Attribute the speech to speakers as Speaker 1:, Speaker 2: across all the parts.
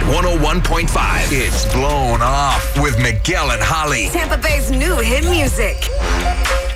Speaker 1: 101.5. It's Blown Off with Miguel and Holly.
Speaker 2: Tampa Bay's new hit music.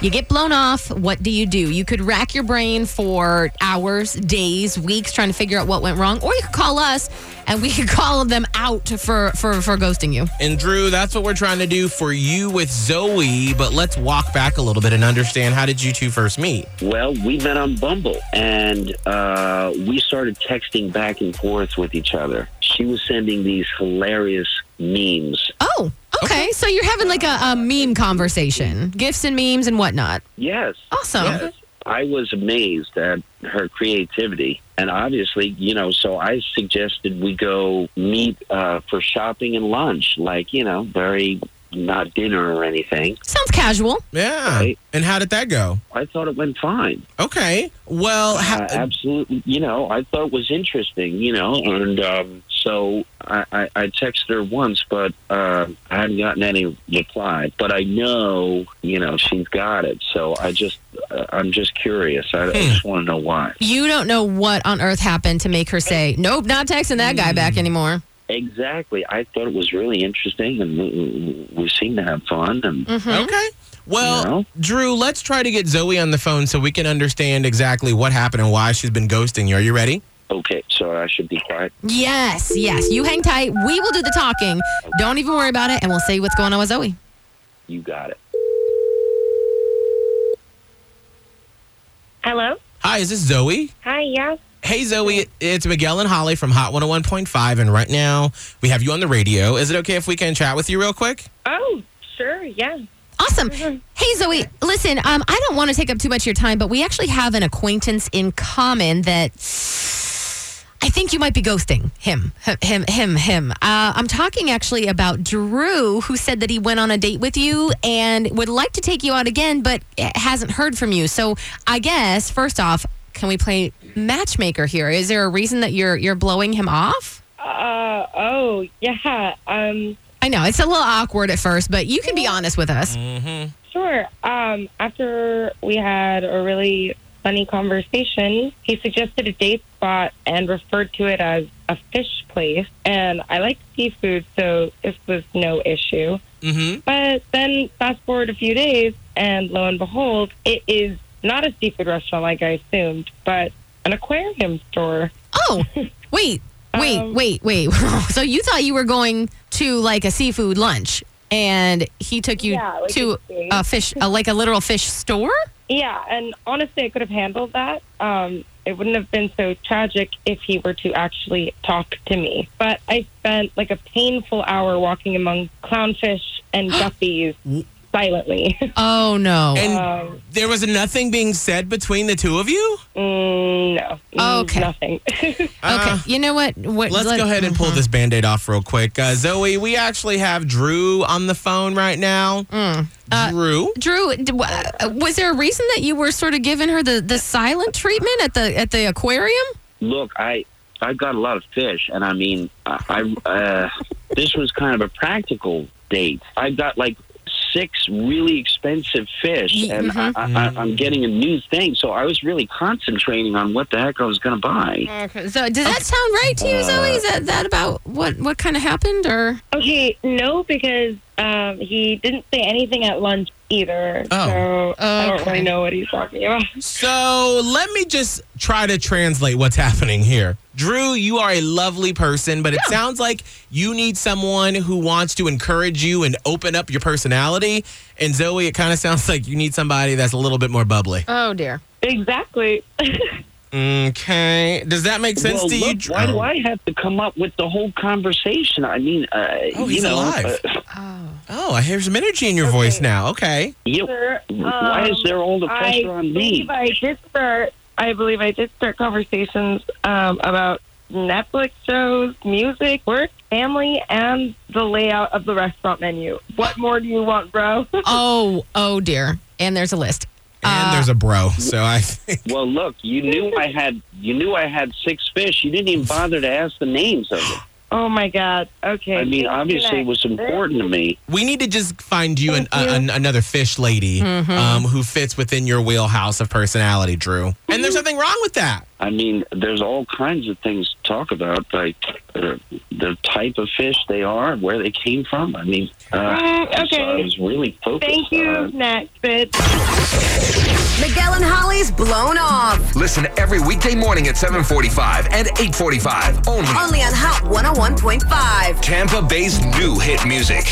Speaker 3: You get blown off. What do you do? You could rack your brain for hours, days, weeks trying to figure out what went wrong, or you could call us and we could call them out for for for ghosting you.
Speaker 4: And Drew, that's what we're trying to do for you with Zoe, but let's walk back a little bit and understand how did you two first meet?
Speaker 5: Well, we met on Bumble and uh, we started texting back and forth with each other. She was sending these hilarious memes.
Speaker 3: Oh, okay. So you're having like a, a meme conversation, gifs and memes and whatnot.
Speaker 5: Yes.
Speaker 3: Awesome.
Speaker 5: Yes. I was amazed at her creativity. And obviously, you know, so I suggested we go meet uh, for shopping and lunch, like, you know, very not dinner or anything.
Speaker 3: Sounds casual.
Speaker 4: Yeah.
Speaker 5: Right.
Speaker 4: And how did that go?
Speaker 5: I thought it went fine.
Speaker 4: Okay. Well, ha-
Speaker 5: uh, absolutely. You know, I thought it was interesting. You know, and um, so I, I, I texted her once, but uh, I hadn't gotten any reply. But I know, you know, she's got it. So I just, uh, I'm just curious. I, I just want to know why.
Speaker 3: You don't know what on earth happened to make her say, "Nope, not texting that guy back anymore."
Speaker 5: Exactly. I thought it was really interesting, and we, we seemed to have fun. And
Speaker 4: uh, okay. Well,
Speaker 5: No.
Speaker 4: Drew, let's try to get Zoe on the phone so we can understand exactly what happened and why she's been ghosting you. Are you ready?
Speaker 5: okay, so I should be quiet.
Speaker 3: Yes, yes. You hang tight. We will do the talking. Don't even worry about it, and we'll see what's going on with Zoe.
Speaker 5: You got it.
Speaker 6: Hello.
Speaker 4: Hi, is this Zoe?
Speaker 6: Hi. Yeah.
Speaker 4: Hey, Zoe, it's Miguel and Holly from Hot 101.5, and right now we have you on the radio. Is it okay if we can chat with you real quick?
Speaker 6: Oh, sure. Yeah.
Speaker 3: Awesome. Hey, Zoe, listen, um, I don't want to take up too much of your time, but we actually have an acquaintance in common that I think you might be ghosting him, H- him, him, him. Uh, I'm talking actually about Drew, who said that he went on a date with you and would like to take you out again, but hasn't heard from you. So I guess, first off, can we play matchmaker here? Is there a reason that you're you're blowing him off?
Speaker 6: Uh. Oh. Yeah. Um.
Speaker 3: I know it's a little awkward at first, but you can be honest with us.
Speaker 4: Mm-hmm.
Speaker 6: Sure. Um. After we had a really funny conversation, he suggested a date spot and referred to it as a fish place. And I like seafood, so this was no issue.
Speaker 4: Mm-hmm.
Speaker 6: But then fast forward a few days, and lo and behold, it is not a seafood restaurant like I assumed, but an aquarium store.
Speaker 3: Oh, wait, wait,
Speaker 6: Um,
Speaker 3: wait, wait. so you thought you were going to like a seafood lunch, and he took you
Speaker 6: Yeah, like
Speaker 3: to
Speaker 6: a date.
Speaker 3: a fish, a, like a literal fish store.
Speaker 6: Yeah, and honestly, I could have handled that. Um, it wouldn't have been so tragic if he were to actually talk to me. But I spent like a painful hour walking among clownfish and guppies silently.
Speaker 3: Oh no.
Speaker 4: And
Speaker 6: Um,
Speaker 4: there was nothing being said between the two of you?
Speaker 6: mm, no, Mm,
Speaker 3: Oh, Okay.
Speaker 6: nothing.
Speaker 3: okay,
Speaker 4: Uh,
Speaker 3: you know what? what
Speaker 4: Let's
Speaker 3: let-
Speaker 4: go ahead and pull this band aid off real quick. Uh, Zoe, we actually have Drew on the phone right now. Drew?
Speaker 3: Drew, d- w- uh, was there a reason that you were sort of giving her the, the silent treatment at the at the aquarium?
Speaker 5: Look, I I got a lot of fish, and I mean, I, I uh, this was kind of a practical date. I got like six really expensive
Speaker 6: Mm-hmm.
Speaker 5: fish, and I, I, I'm getting a new thing. So I was really concentrating on what the heck I was going to buy.
Speaker 4: Mm-hmm.
Speaker 3: Okay. So does that sound right
Speaker 4: Uh,
Speaker 3: to you, Zoe? Is that, that about what what kind of happened, or
Speaker 6: okay, no, because um, he didn't say anything at lunch either.
Speaker 4: Oh.
Speaker 6: So I don't
Speaker 3: Okay.
Speaker 6: really know what he's talking about.
Speaker 4: So let me just try to translate what's happening here. Drew, you are a lovely person, but it sounds like you need someone who wants to encourage you and open up your personality. And Zoe, it kind of sounds like you need somebody that's a little bit more bubbly.
Speaker 3: oh dear.
Speaker 6: Exactly.
Speaker 4: Okay. Does that make sense
Speaker 5: well,
Speaker 4: to you, Oh.
Speaker 5: look,
Speaker 4: Drew?
Speaker 5: why do I have to come up with the whole conversation? I mean, uh,
Speaker 4: Oh,
Speaker 5: you
Speaker 4: he's
Speaker 5: know,
Speaker 4: alive.
Speaker 5: uh,
Speaker 3: Oh.
Speaker 4: Oh, I hear some energy in your voice now. Okay.
Speaker 5: you,
Speaker 6: Sir,
Speaker 5: why is
Speaker 6: um,
Speaker 5: there all the pressure
Speaker 6: I
Speaker 5: on me?
Speaker 6: believe I did start. I believe I did start conversations um, about Netflix shows, music, work, family, and the layout of the restaurant menu. What more do you want, bro?
Speaker 3: Oh, oh dear. And there's a list.
Speaker 4: And
Speaker 3: Uh,
Speaker 4: there's a bro. So I
Speaker 5: Well, look, you knew I had you knew I had six fish. You didn't even bother to ask the names of them.
Speaker 6: oh my God. Okay.
Speaker 5: I mean,
Speaker 6: Thank you,
Speaker 5: obviously, it was
Speaker 6: next.
Speaker 5: important to me.
Speaker 4: we need to just find you, an, a- an, another fish lady um, who fits within your wheelhouse of personality, Drew. And there's nothing wrong with that.
Speaker 5: I mean, there's all kinds of things to talk about, like uh, the type of fish they are, and where they came from. I mean, uh,
Speaker 6: Mm,
Speaker 5: I'm
Speaker 6: okay.
Speaker 5: sorry, I was really focused.
Speaker 6: Thank you.
Speaker 5: Uh,
Speaker 6: Next, bitch.
Speaker 2: Miguel and Holly's Blown Off.
Speaker 1: Listen every weekday morning at 745 and 845 only.
Speaker 2: Only on Hot 101.5.
Speaker 1: Tampa Bay's new hit music.